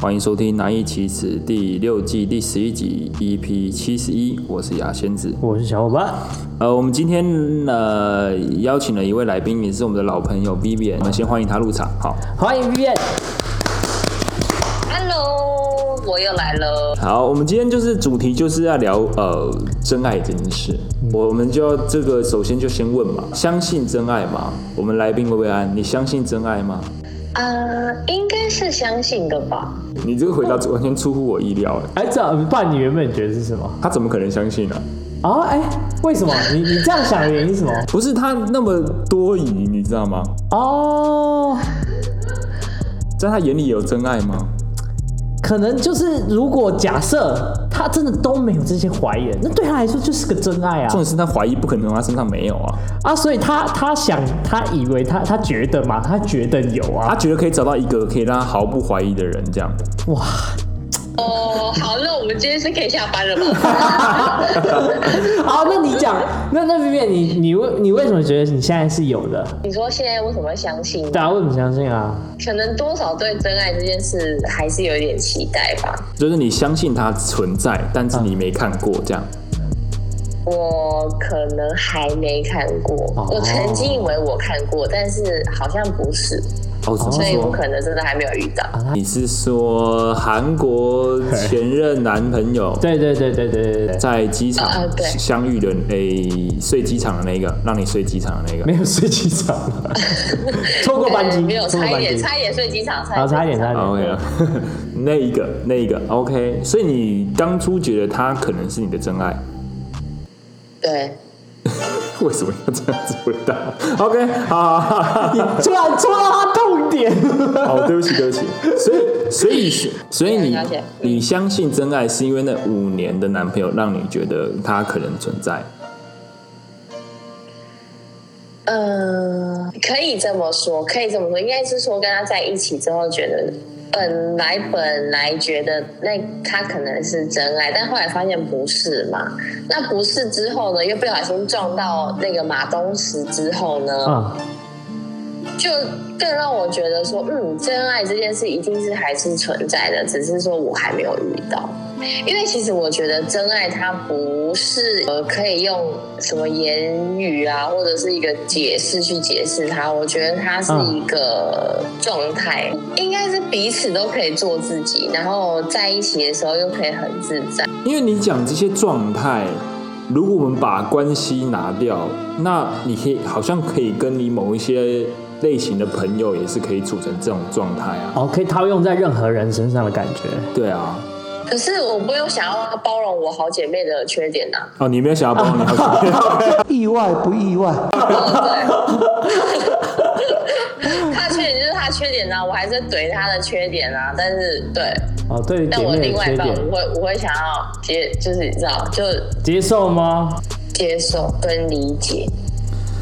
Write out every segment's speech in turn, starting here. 欢迎收听《难易其词》第六季第十一集 EP 七十一，我是牙仙子。我是小伙伴，呃，我们今天呃邀请了一位来宾，也是我们的老朋友 Vivian，我们先欢迎他入场。好，欢迎 Vivian。 Hello，我又来了。好，我们今天就是主题就是要聊呃真爱这件事，我们就要这个首先就先问嘛，相信真爱吗？我们来宾薇薇安，你相信真爱吗？呃，应该是相信的吧？你这个回答完全出乎我意料，哎，哎，这样不然你原本觉得是什么他怎么可能相信呢、啊？哎，为什么你你这样想的原因是什么？不是他那么多疑，你知道吗？ 哦，在他眼里有真爱吗？可能就是如果假设他真的都没有这些怀疑，那对他来说就是个真爱重啊点是他怀疑，不可能他身上没有啊。啊！所以他他想他以为他他觉得嘛，他觉得有他 啊觉得可以找到一个可以让他毫不怀疑的人，这样。哇！哦，好，那我们今天是可以下班了吧？好，啊那你讲， 那那 Vivian 你你为你为什么觉得你现在是有的？ 你说现在为什么相信？大家为什么相信啊？可能多少对真爱这件事还是有一点期待吧。就是你相信它存在，但是你没看过这样。我可能还没看过哦，我曾经以为我看过，但是好像不是，哦，怎所以么我说？可能真的还没有遇到。你是说韩国前任男朋友对对对对对对对，在机场啊对相遇的诶、睡机场的那个，让你睡机场的那个？没有睡机场 了，错过班机呃，没有，错过差一班点，机，差一点睡机场，好，差一点点，差一点。 OK 了，哦 那一个，那一个，OK。所以你当初觉得他可能是你的真爱， 对。为什么要这样子回答？OK，好好好好好突然戳到他痛点。 哦，对不起，对不起。所以，所以，所以你了解你相信真爱，是因为那五年的男朋友让你觉得他可能存在。嗯，可以这么说，可以这么说，应该是说跟他在一起之后，觉得本来本来觉得那他可能是真爱，但后来发现不是嘛？那不是之后呢，又不小心撞到那个马东石之后呢，啊，就更让我觉得说，嗯，真爱这件事一定是还是存在的，只是说我还没有遇到。因为其实我觉得真爱它不是呃可以用什么言语啊，或者是一个解释去解释它。我觉得它是一个状态，应该是彼此都可以做自己，然后在一起的时候又可以很自在。因为你讲这些状态，如果我们把关系拿掉，那你可以好像可以跟你某一些类型的朋友也是可以处成这种状态啊。哦，可以套用在任何人身上的感觉。对啊，可是我不用想要包容我好姐妹的缺点呐、哦，你没有想要帮你好姐妹，意外不意外？对，他的缺点就是他的缺点啊，我还是怼他的缺点啊。但是对，哦，对于但姐我妹另的外一缺半，我点，会我会想要接，就是你知道，就接受吗？接受跟理解。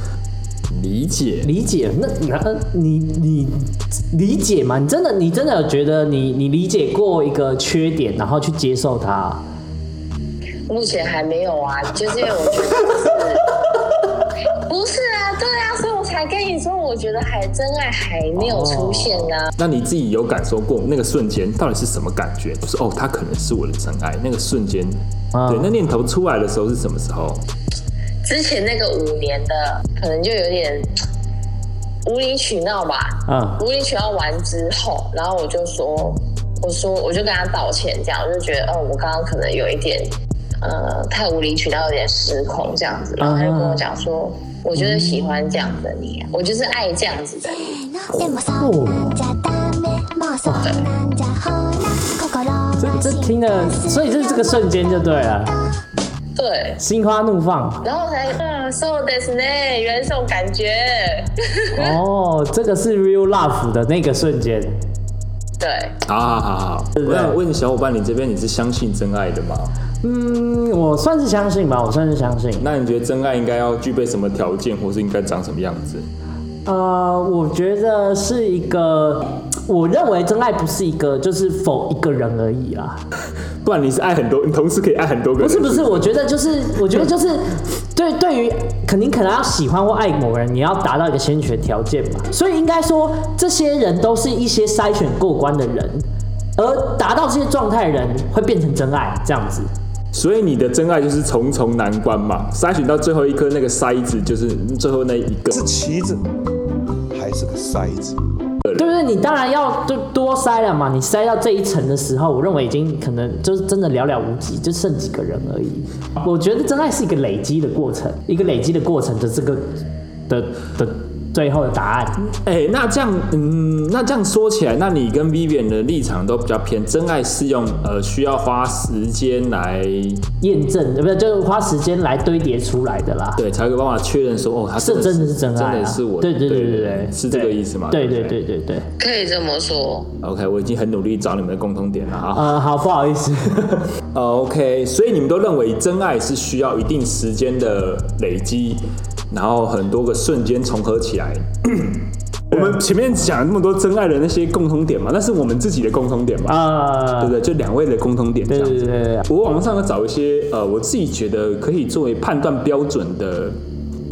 理解。理解？那那你你理解吗？你真的你真的有觉得你你理解过一个缺点，然后去接受它？目前还没有啊，就是因为我觉得 是，不是啊，对啊，所以我才跟你说，我觉得还真爱还没有出现啊。那你自己有感受过那个瞬间到底是什么感觉？就是哦，他可能是我的真爱。那个瞬间，啊对，那念头出来的时候是什么时候？之前那个五年的，可能就有点无理取闹吧。嗯无理取闹完之后，然后我就说，我说我就跟他道歉，这样我就觉得，哦，我刚刚可能有一点，呃，太无理取闹，有点失控这样子。然后他就跟我讲说，我就是喜欢这样的你，啊我就是爱这样子的你。啊でもそんなんじゃダメもうそんなんじゃほら心は这这心听的，所以这是这个瞬间就对了，对，心花怒放。然后我才嗯，so this 呢，原来是这种感觉。 哦，这个是 real love 的那个瞬间。对，好好好好，我想啊问小伙伴，你这边你是相信真爱的吗？嗯，我算是相信吧，我算是相信。那你觉得真爱应该要具备什么条件，或是应该长什么样子？呃，我觉得是一个，我认为真爱不是一个，就是否一个人而已啊。不然你是爱很多，你同时可以爱很多个人。不是不是，我觉得就是，我觉得就是，对对于肯定可能要喜欢或爱某个人，你要达到一个先决条件嘛。所以应该说，这些人都是一些筛选过关的人。而达到这些状态的人会变成真爱，这样子。所以你的真爱就是重重难关嘛，筛选到最后一颗那个筛子，就是最后那一个。是棋子还是个筛子？对不对？你当然要多多筛了嘛。你筛到这一层的时候，我认为已经可能就是真的寥寥无几，就剩几个人而已。我觉得真爱是一个累积的过程，一个累积的过程的这个的的最后的答案。哎、那这样，嗯，那这样说起来，那你跟 Vivian 的立场都比较偏，真爱是用呃需要花时间来验证，呃，不是，就是花时间来堆叠出来的啦。对，才有办法确认说，哦，他是真的是真爱、啊，真的是我，对对对对对对，是这个意思吗？对对不对对对。可以这么说。 OK，我已经很努力找你们的共同点了啊。呃，好，不好意思， 呃 OK，所以你们都认为真爱是需要一定时间的累积，然后很多个瞬间重合起来。我们前面讲了那么多真爱的那些共同点嘛，那是我们自己的共同点嘛，呃，对不对？就两位的共同点这对样对子。对对对，我网上要找一些呃，我自己觉得可以作为判断标准的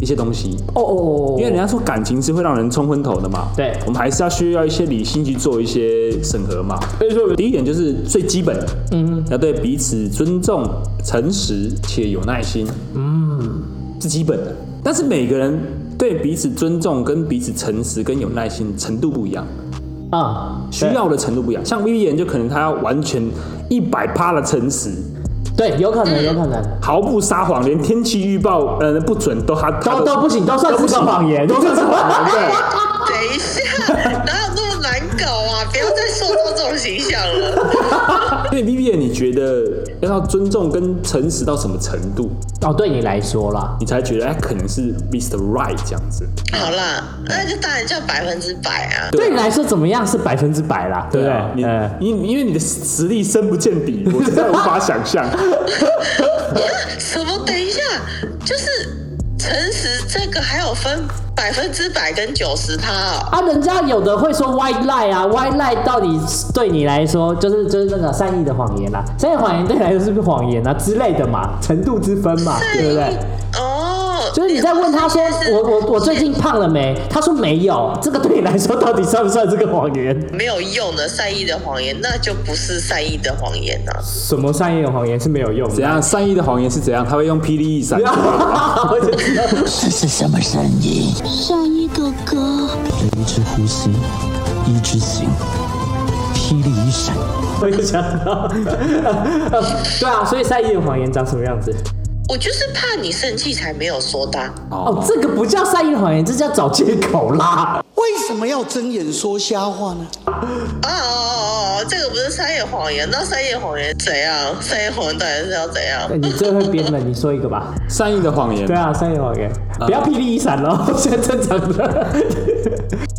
一些东西，哦哦哦，因为人家说感情是会让人冲昏头的嘛。对我们还是要需要一些理性去做一些审核嘛。所以说第一点就是最基本的，嗯，要对彼此尊重、诚实且有耐心，嗯，是基本的。但是每个人对彼此尊重、跟彼此诚实、跟有耐心程度不一样，啊，需要的程度不一样。像 Vivian 就可能他要完全一百趴的诚实，对，对有可能有可能。毫不撒谎，连天气预报呃不准都他他都都不行，都算是个谎言，都算是谎言。对，等一下，哪有那么难搞啊？不要再受到这种形象了。对 Vivian，你觉得要到尊重跟诚实到什么程度，哦，对你来说啦，你才觉得哎可能是 Mr. Right 这样子？好啦，那就当然叫百分之百啊。对啊对你来说怎么样是百分之百啦，对不啊对？呃你你因为你的实力深不见底，我实在无法想 象。啊什么？等一下，就是诚实这个还有分百分之百跟九十趴哦。啊，人家有的会说 white lie 啊，white lie 到底对你来说就是就是那个善意的谎言啦，善意的谎言对你来说是不是谎言啊之类的嘛，程度之分嘛，对不对？哦，就是你在问他说是我我我最近胖了没？他说没有，这个对你来说到底算不算是个谎言？没有用的善意的谎言，那就不是善意的谎言呐、啊。什么善意的谎言是没有用 怎的？样？善意的谎言是怎样？他会用霹雳一啊闪。我就知道这是什么声音？善意哥哥，雷之呼吸，一之行，霹雳一闪。我也想到， 对啊，所以善意的谎言长什么样子？我就是怕你生气才没有说他。哦，这个不叫善意的谎言，这叫找借口 啦。为什么要睁眼说瞎话呢？哦哦哦哦，这个不是善意的谎言，那善意的谎言怎样？善意的谎言到底是要怎样？哎你最会编了，你说一个吧。善意的谎言。对啊，善意的谎言，不要霹雳一闪喽， 现在正常的。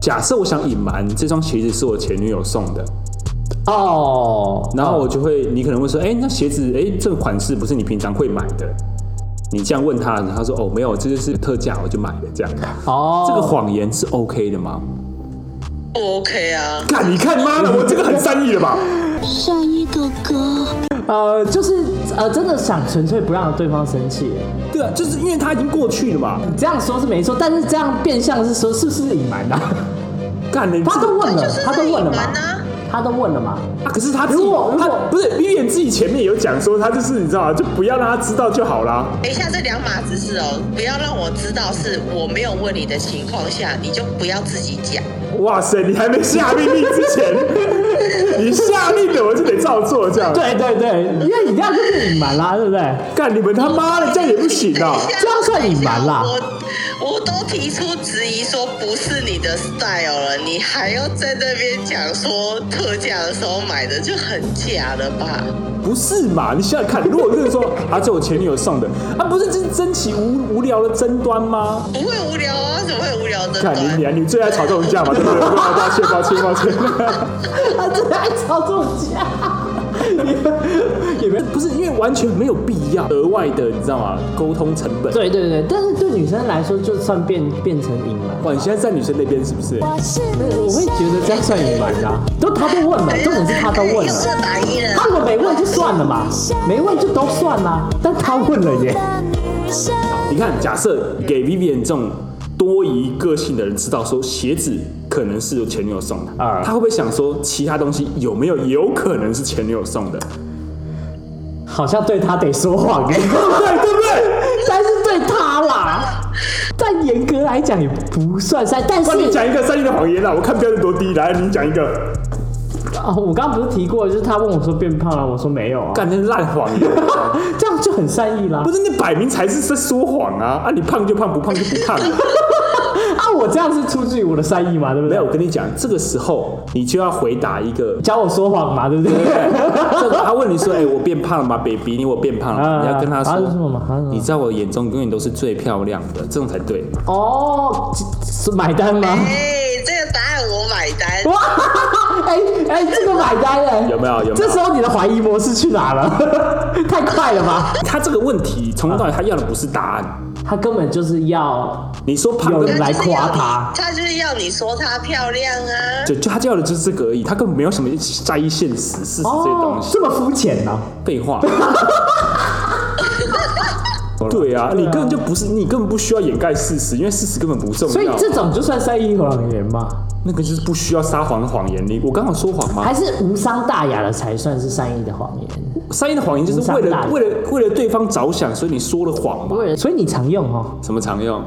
假设我想隐瞒这双鞋子是我前女友送的， 哦，然后我就会，你可能会说，哎、那鞋子，哎、这个款式不是你平常会买的。你这样问他，他说，哦，没有，这就是特价，我就买了这样。哦，这个谎言是 OK 的吗？嗯不 OK 啊？看，你看，妈的，我这个很善意的吧？善意哥哥，呃，就是呃，真的想纯粹不让对方生气。对啊，就是因为他已经过去了嘛。这样说是没错，但是这样变相是说是不是隐瞒的？啊干，你他这都问了，他都问了嘛那就是在隐瞒啊，他都问了嘛。啊，可是他自己，如果如他果不是 Vivian 自己前面有讲说，他就是你知道吗？就不要让他知道就好啦。等一下，这两码子事哦，不要让我知道是我没有问你的情况下，你就不要自己讲。哇塞，你还没下命令之前， 你下令了我就得照做这样。，对对对，因为你这样就是隐瞒啦，对不 对？干你们他妈的这样也不行 啊！这样算隐瞒啦我我都提出质疑，说不是你的 style 了，你还要在那边讲说特价的时候买的，就很假了吧？不是嘛？你想想看，如果就是说啊，这我前女友送的，啊，不是这是争起无无聊的争端吗？不会无聊啊？怎么会无聊的看短？你娘，你最爱吵这种架嘛，对 不对？抱歉，抱歉，抱歉。他真的爱吵这种架，也没不是因为完全没有必要额外的，你知道吗？沟通成本。对对对，但是对女生来说，就算变变成隐瞒，哇，你现在在女生那边是不是？我是我你会善觉得这样算隐瞒啊。都他都问了，重点是他都问又了是。打一了他。如果没问就算了嘛，没问就都算啦。但他问了耶，的女生，你看，假设给 Vivian 这种多疑个性的人知道说鞋子可能是前女友送的，啊他会不会想说其他东西有没有有可能是前女友送的？好像对他得说 谎耶，对对不对？但是对他啦，但严格来讲也不算塞，但是那你讲一个善意的谎言啦，我看标准多低，来你讲一个，啊、我刚刚不是提过，就是他问我说变胖了，我说没有啊，干那是烂谎言，这样就很善意啦 不。是那摆明才是在说谎啊！啊，你胖就胖，不胖就不 胖。啊，我这样是出自于我的善意嘛，对不没对？有，我跟你讲，这个时候你就要回答一个教我说谎嘛，对不对？ 这个他问你说：“哎、我变胖了吗，baby？你我变胖了吗。啊你要跟他啊是什说么啊是什么你在我眼中永远都是最漂亮的，这种才对。哦，这是买单吗？哎，这个答案我哇，买单。哎哎，这个买单了，有没有有没有这时候你的怀疑模式去哪了？ 太快了吧？他这个问题从头到尾他要的不是答案。他根本就是要你说胖有跟人来夸他他，他就是要你说她漂亮啊。就就他要的就是这个而已，他根本没有什么在意现实事实这些东哦，西。这么肤浅呢？废 话。对啊，你根本就不是，你根本不需要掩盖事实，因为事实根本不重要。所以这种就算善意谎言嘛，那个就是不需要撒谎的谎言。你我刚好说谎吗还？是无伤大雅的才算是善意的谎言？善意的谎言就是为无伤大了雅为了为了对方着想，所以你说了谎嘛。对，所以你常用哦。什么常用？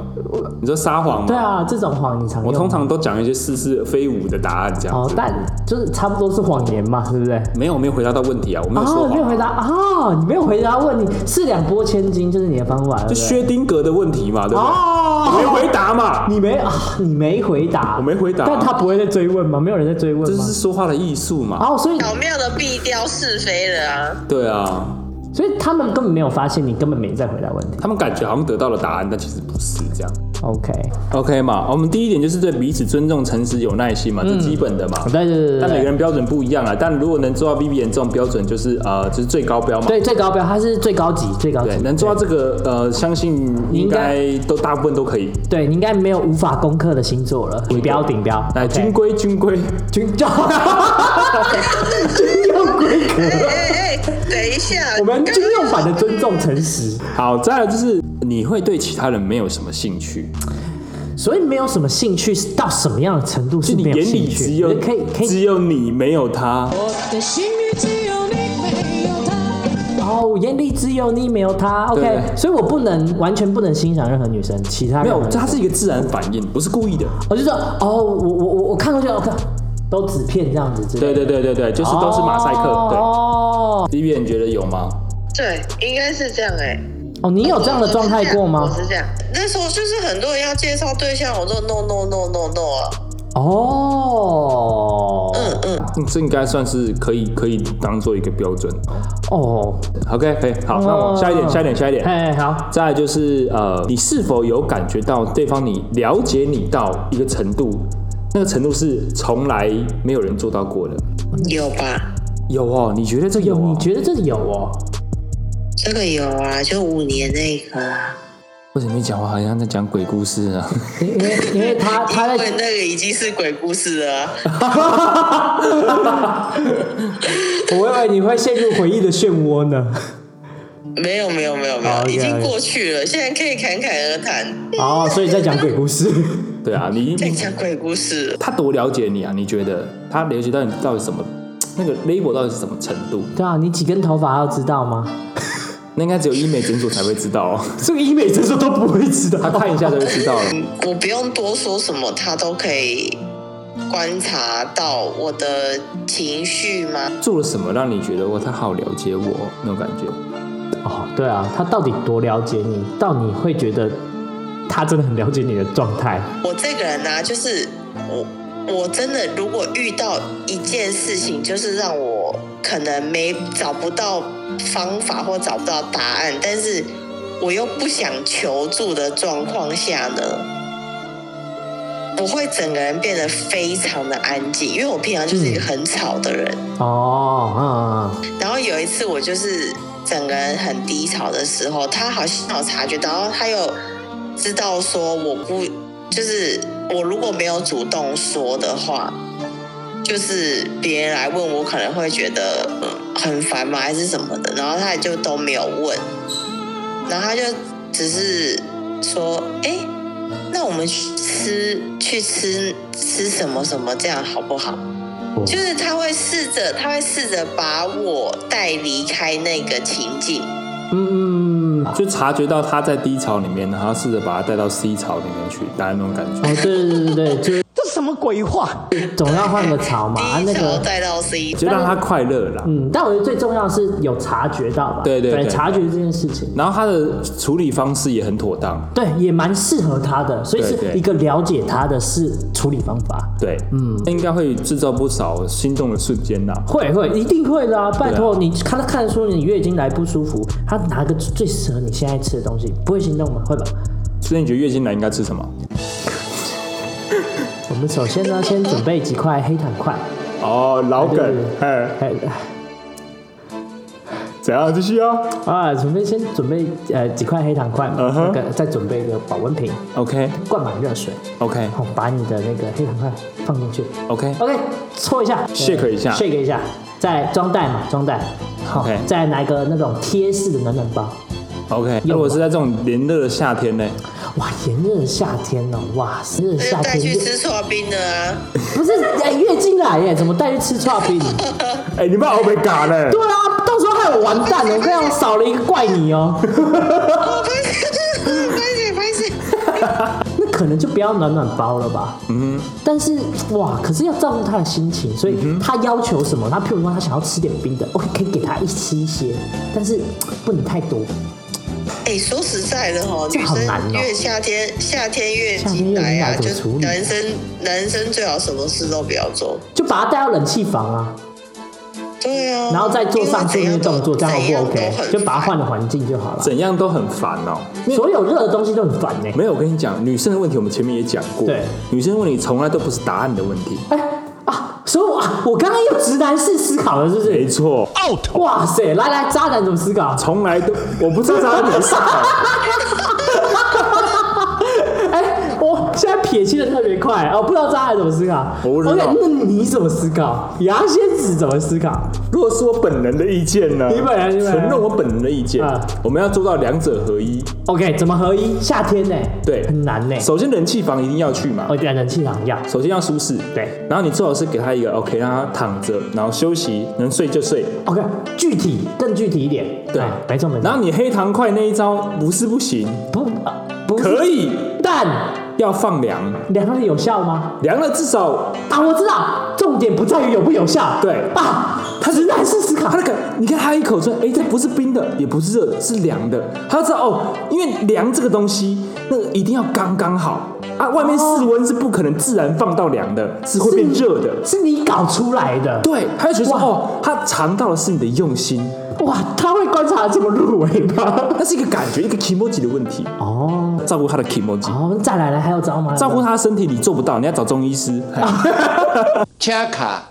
你说撒谎吗？对，啊，这种谎你常用。我通常都讲一些似是非无的答案这样哦子。，但就是差不多是谎言嘛，对不对？没有，没有回答到问题啊，我没有说哦，谎。没有回答哦，你没有回答问你四两拨千斤就是你的方法，就对不对薛丁格的问题嘛，对不对？我没哦，回答嘛，你没啊，你没回答，我没回答啊但他不会再追问吗？没有人在追问这吗是？说话的艺术嘛。哦，所以巧妙的避掉是非了啊！对啊，所以他们根本没有发现你根本没在回答问题。他们感觉好像得到了答案，但其实不是这样。 OK， OK 嘛，我们第一点就是对彼此尊重、诚实、有耐心嘛，这基本的嘛。嗯对对对对但每个对，人标准不一样啊，但如果能做到 Vivian 这种标准，就是呃，就是最高标嘛。对最高标，它是最高级，最高级对，能做到这个呃，相信应该都大部分都可以。对，你应该没有无法攻克的星座了，顶标顶标，来， OK 军规军规，军 教，军用 规格，哎哎，等一下，我们军用版的尊重诚实，好，再来就是你会对其他人没有什么兴趣，所以没有什么兴趣是到什么样的程度就是你没眼有里兴只趣，有我觉得可以可以只有你没有他，哦，我眼里只有你没有他对，OK，所以我不能完全不能欣赏任何女生，其他没任有何，人它是一个自然反应，不是故意的。我就说哦，我我我我看过去，OK，都纸片这样子之类对的，对对对对，就是都是马赛克。哦对，Vivian 觉得有吗？对，应该是这样哎、哦，你有这样的状态过吗我？是这样，那时候就是很多人要介绍对象，我说 no no no no no 啊，哦嗯嗯，嗯，这应该算是可以可以当做一个标准。哦， OK，可以，好，那我下一点，下一点，下一点。哎，好，再来就是呃，你是否有感觉到对方你了解你到一个程度，那个程度是从来没有人做到过的。有吧？有哦，你觉得这有、有哦？你觉得这里有哦？这个有啊，就五年那个啊，为什么你讲话好像在讲鬼故事啊？因因为因为他他因在为那个已经是鬼故事了啊。我以为你会陷入回忆的漩涡呢。没有没有没有没好有， ，OK，已经 OK 过去了，现在可以侃侃而谈，哦，所以在讲鬼故事。 对啊，你在讲鬼故事。他多了解你啊？你觉得他了解到你到底什么？那个 label 到底是什么程度？对啊，你几根头发要知道吗？那应该只有医美诊所才会知道、哦， 这个医美诊所都不会知他道。看一下就会知道了。我不用多说什么，他都可以观察到我的情绪吗？做了什么让你觉得哇，他好了解我哦那种感觉？哦，对啊，他到底多了解你，到你会觉得他真的很了解你的状态？我这个人啊，就是我，我真的如果遇到一件事情，就是让我可能没找不到方法或找不到答案，但是我又不想求助的状况下呢，我会整个人变得非常的安静，因为我平常就是一个很吵的人。哦，然后有一次我就是整个人很低潮的时候，他好像有察觉到，然后他又知道说我不就是我如果没有主动说的话，就是别人来问我可能会觉得、嗯、很烦嘛还是什么的，然后他也就都没有问，然后他就只是说，哎、那我们去吃去吃吃什么什么这样好不好？就是他会试着，他会试着把我带离开那个情境。嗯，哦，就察觉到他在低潮里面，然后试着把他带到 C 潮里面去，大概那种感觉。对对对对，就是这什么鬼话？总要换个槽嘛， 啊，第那一条个。带到 C，就让他快乐啦。嗯，但我觉得最重要的是有察觉到吧，对对对察觉这件事情，然后他的处理方式也很妥当，对，也蛮适合他的，所以对是对一个了解他的是处理方法，对，嗯，应该会制造不少心动的瞬间啦。会会一定会的啊！拜托、你看他看得出你月经来不舒服，他拿个最适合你现在吃的东西，不会心动吗？会吧？所以你觉得月经来应该吃什么？我们首先呢，先准备几块黑糖块，哦，老对对梗，哎，哎怎样？继续啊啊，准备先准备呃几块黑糖块嘛嗯那哼个再准备一个保温瓶， ？OK 灌满热水， OK 然后把你的那个黑糖块放进去 OK， ，OK，搓一下 Shake 一下 s h a k 一下，再装袋嘛，装袋，好 OK 再拿一个那种贴式的暖暖包， OK，有如果是在这种炎热的夏天呢？哇，炎热的夏天哦，哇，炎热的夏就带天去吃刨冰的啊。不是，哎、月经来耶，怎么带去吃串冰？对哎，你把我被嘎嘞！啊，到时候害我完蛋了，我跟你讲，我少了一个怪你哦。 哦，拍死，拍死，拍死！那可能就不要暖暖包了吧。嗯但是哇，可是要照顾他的心情，所以他要求什么？他譬如说他想要吃点冰的，我可以给他一吃一些，但是不能太多。哎、说实在的哦，这女好难生哦越夏天夏天越夏天经月经来啊，来怎就么是处理男生男生最好什么事都不要做。就把他带到冷气房啊，对啊，然后再做上述那些动作，这样怎样好不都 OK？很就把他烦换了环境就好了。怎样都很烦哦。所有热的东西都很烦呢、没有，我跟你讲，女生的问题我们前面也讲过，对，女生问题从来都不是答案的问 题，哎、啊，所以我啊，我刚刚用直男式思考了，是不是？没错，哇塞，来来，渣男怎么思考？从来都我不知道答案怎么思考。哎，我现在撇清的特别快哦，不知道渣男怎么思考。我不知道 OK，那你怎么思考？牙仙子怎么思考？ 如果是我本人的意见呢？你本人你本人承认我本人的意见啊，我们要做到两者合一。 OK，怎么合一？夏天呢、对很难呢、哦首先，人气房一定要去嘛我，点人气场要。首先要舒适，对。然后你最好是给他一个 OK，让他躺着，然后休息，能睡就睡。 OK，具体更具体一点。对哎没错没错。然后你黑糖块那一招不是不行，不、啊不是可以，但要放凉，两个人有效吗？凉了至少啊，我知道，重点不在于有不有效。对啊，他直男式思考他。那个，你看他一口出来，哎，这不是冰的，也不是热的，是凉的。他知道哦，因为凉这个东西，那个一定要刚刚好啊。外面室温是不可能自然放到凉的，是会变热的。是你搞出来的。对，他就觉得说哇哦，他尝到的是你的用心，哇，他会观察得这么入微吗？那是一个感觉，一个 emoji 的问题。哦，照顾他的 emoji，好，再来了，还有招吗？照顾他的身体，你做不到，你要找中医师。哎啊车卡，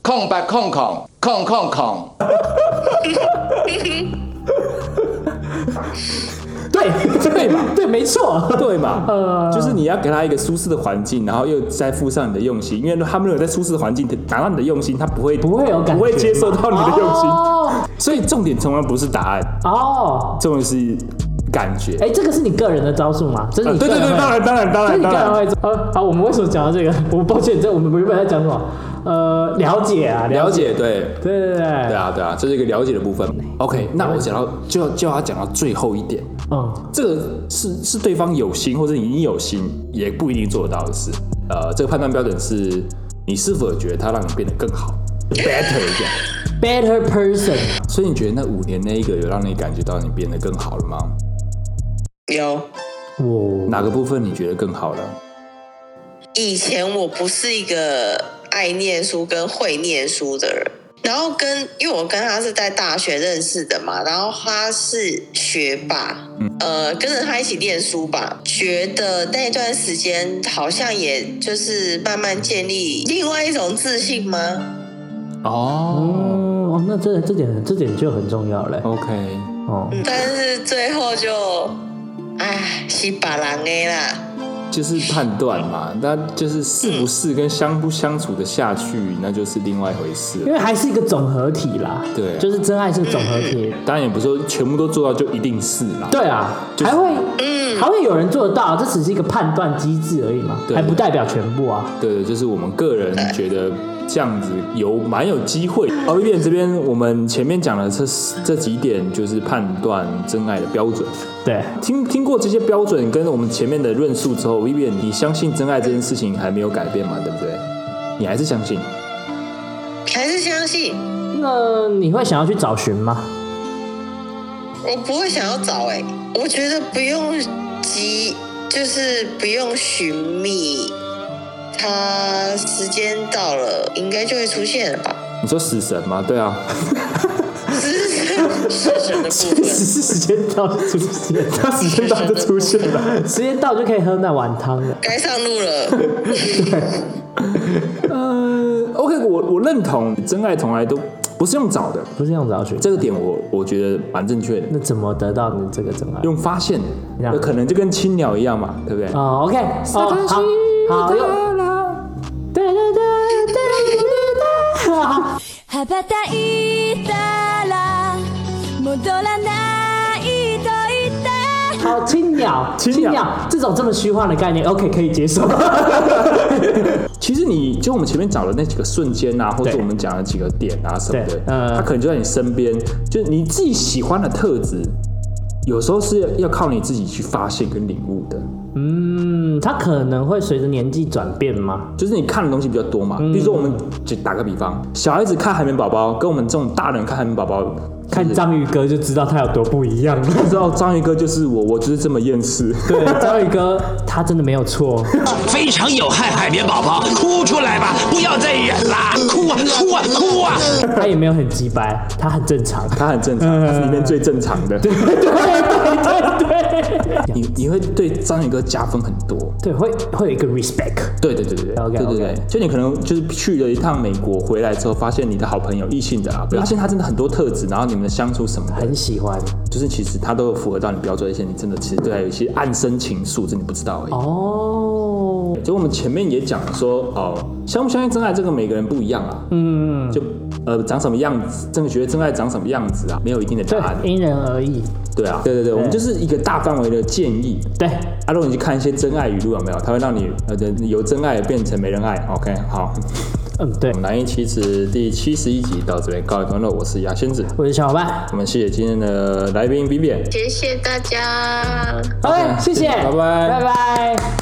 空八空空空空空。 对对嘛，对，没错。 对嘛，呃就是你要给他一个舒适的环境，然后又再附上你的用心，因为他没有在舒适的环境拿到你的用心，他不会不会有感觉嘛，不会接受到你的用心。哦所以重点从来不是答案，哦，重点是感觉。哎，这个是你个人的招数吗？这是啊你对个对人对，会当然当然当这然是你个当人然，会呃，好，我们为什么讲到这个？ 我抱歉，这我们原本在讲什么？呃，了解啊，了解，解对。对对对对，啊，对啊，这是一个了解的部分。OK，那我讲到就要就要讲到最后一点，嗯，这个是是对方有心，或者你有心，也不一定做得到的事。呃，这个判断标准是你是否觉得他让你变得更好，better 一点。 ，better person，所以你觉得那五年那一个有让你感觉到你变得更好了吗？有。我哪个部分你觉得更好了？以前我不是一个爱念书跟会念书的人，然后跟因为我跟他是在大学认识的嘛，然后他是学霸，呃，跟着他一起念书吧，觉得那段时间好像也就是慢慢建立另外一种自信吗？哦、哦哦，那这这点这点就很重要嘞。 o k 哦，但是最后就，唉，西巴郎 A 啦，就是判断嘛，那就是是不是跟相不相处的下去，那就是另外一回事因。为还是一个总合体啦。对啊就是真爱是个总合体。当然也不是说全部都做到就一定是啦。对啊，就是还会，还会有人做得到，这只是一个判断机制而已嘛，对还不代表全部啊。对，就是我们个人觉得这样子有蛮有机会。而 B 点这边，我们前面讲了这这几点，就是判断真爱的标准。对，听听过这些标准跟我们前面的论述之后，Vivian，你相信真爱这件事情还没有改变嘛？对不对？你还是相信？还是相信那你会想要去找寻 吗？我不会想要找哎、我觉得不用急，就是不用寻觅，它时间到了应该就会出现了吧？你说死神吗？对啊，只是是神的部只分，是时间到就出现，他 死神早就出现了。 时间到就可以喝那碗汤了。该上路了。呃，OK，我我认同真爱从来都不是用找的，不是用找寻，这个点我我觉得蛮正确的。那怎么得到你这个真爱？用发现，这样有可能就跟青鸟一样嘛，对不对？哦，OK，哦，好，好，用。哒哒哒哒哒哒哒。羽ばたいたら戻らないと言って好，青鸟， 青青鸟鸟，这种这么虚幻的概念，OK 可以接受。 其实你就我们前面找的那几个瞬间啊，或者对我们讲的几个点啊什么的对，呃它可能就在你身边，就是你自己喜欢的特质，有时候是要靠你自己去发现跟领悟的。嗯，它可能会随着年纪转变吗？就是你看的东西比较多嘛，嗯比如说我们就打个比方，小孩子看海绵宝宝，跟我们这种大人看海绵宝宝，看章鱼哥就知道他有多不一样。知道章鱼哥就是我，我就是这么厌 世。对，章鱼哥他真的没有错。非常有害海绵宝宝，哭出来吧，不要再忍啦，哭啊哭啊哭啊！他也没有很鸡掰，他很正常。他很正常，他是里面最正常的。对对对对，你你会对章鱼哥加分很多。对，会会有一个 respect。对对对对对 OK，OK 对对对，就你可能就是去了一趟美国回来之后，发现你的好朋友异性的啊，发现他真的很多特质，然后你们的相处什么的，很喜欢就是其实他都有符合到你标准，而且你真的其实对他有一些暗生情愫，这你不知道而已。哦，就我们前面也讲了说，哦，相不相信真爱这个每个人不一样啊，嗯，就呃长什么样子，真的觉得真爱长什么样子啊，没有一定的对答案，，因人而异。对啊，对对对，我们就是一个大范围的建议。对，阿龙，如果你去看一些真爱语录有没有？它会让你呃由真爱变成没人爱。OK，好，嗯，对我，们《南一七子》第七十一集到这边告一段落，我是牙仙子，我是小伙伴。我们谢谢今天的来宾 B B。谢谢大家。 OK，谢谢，拜拜拜拜。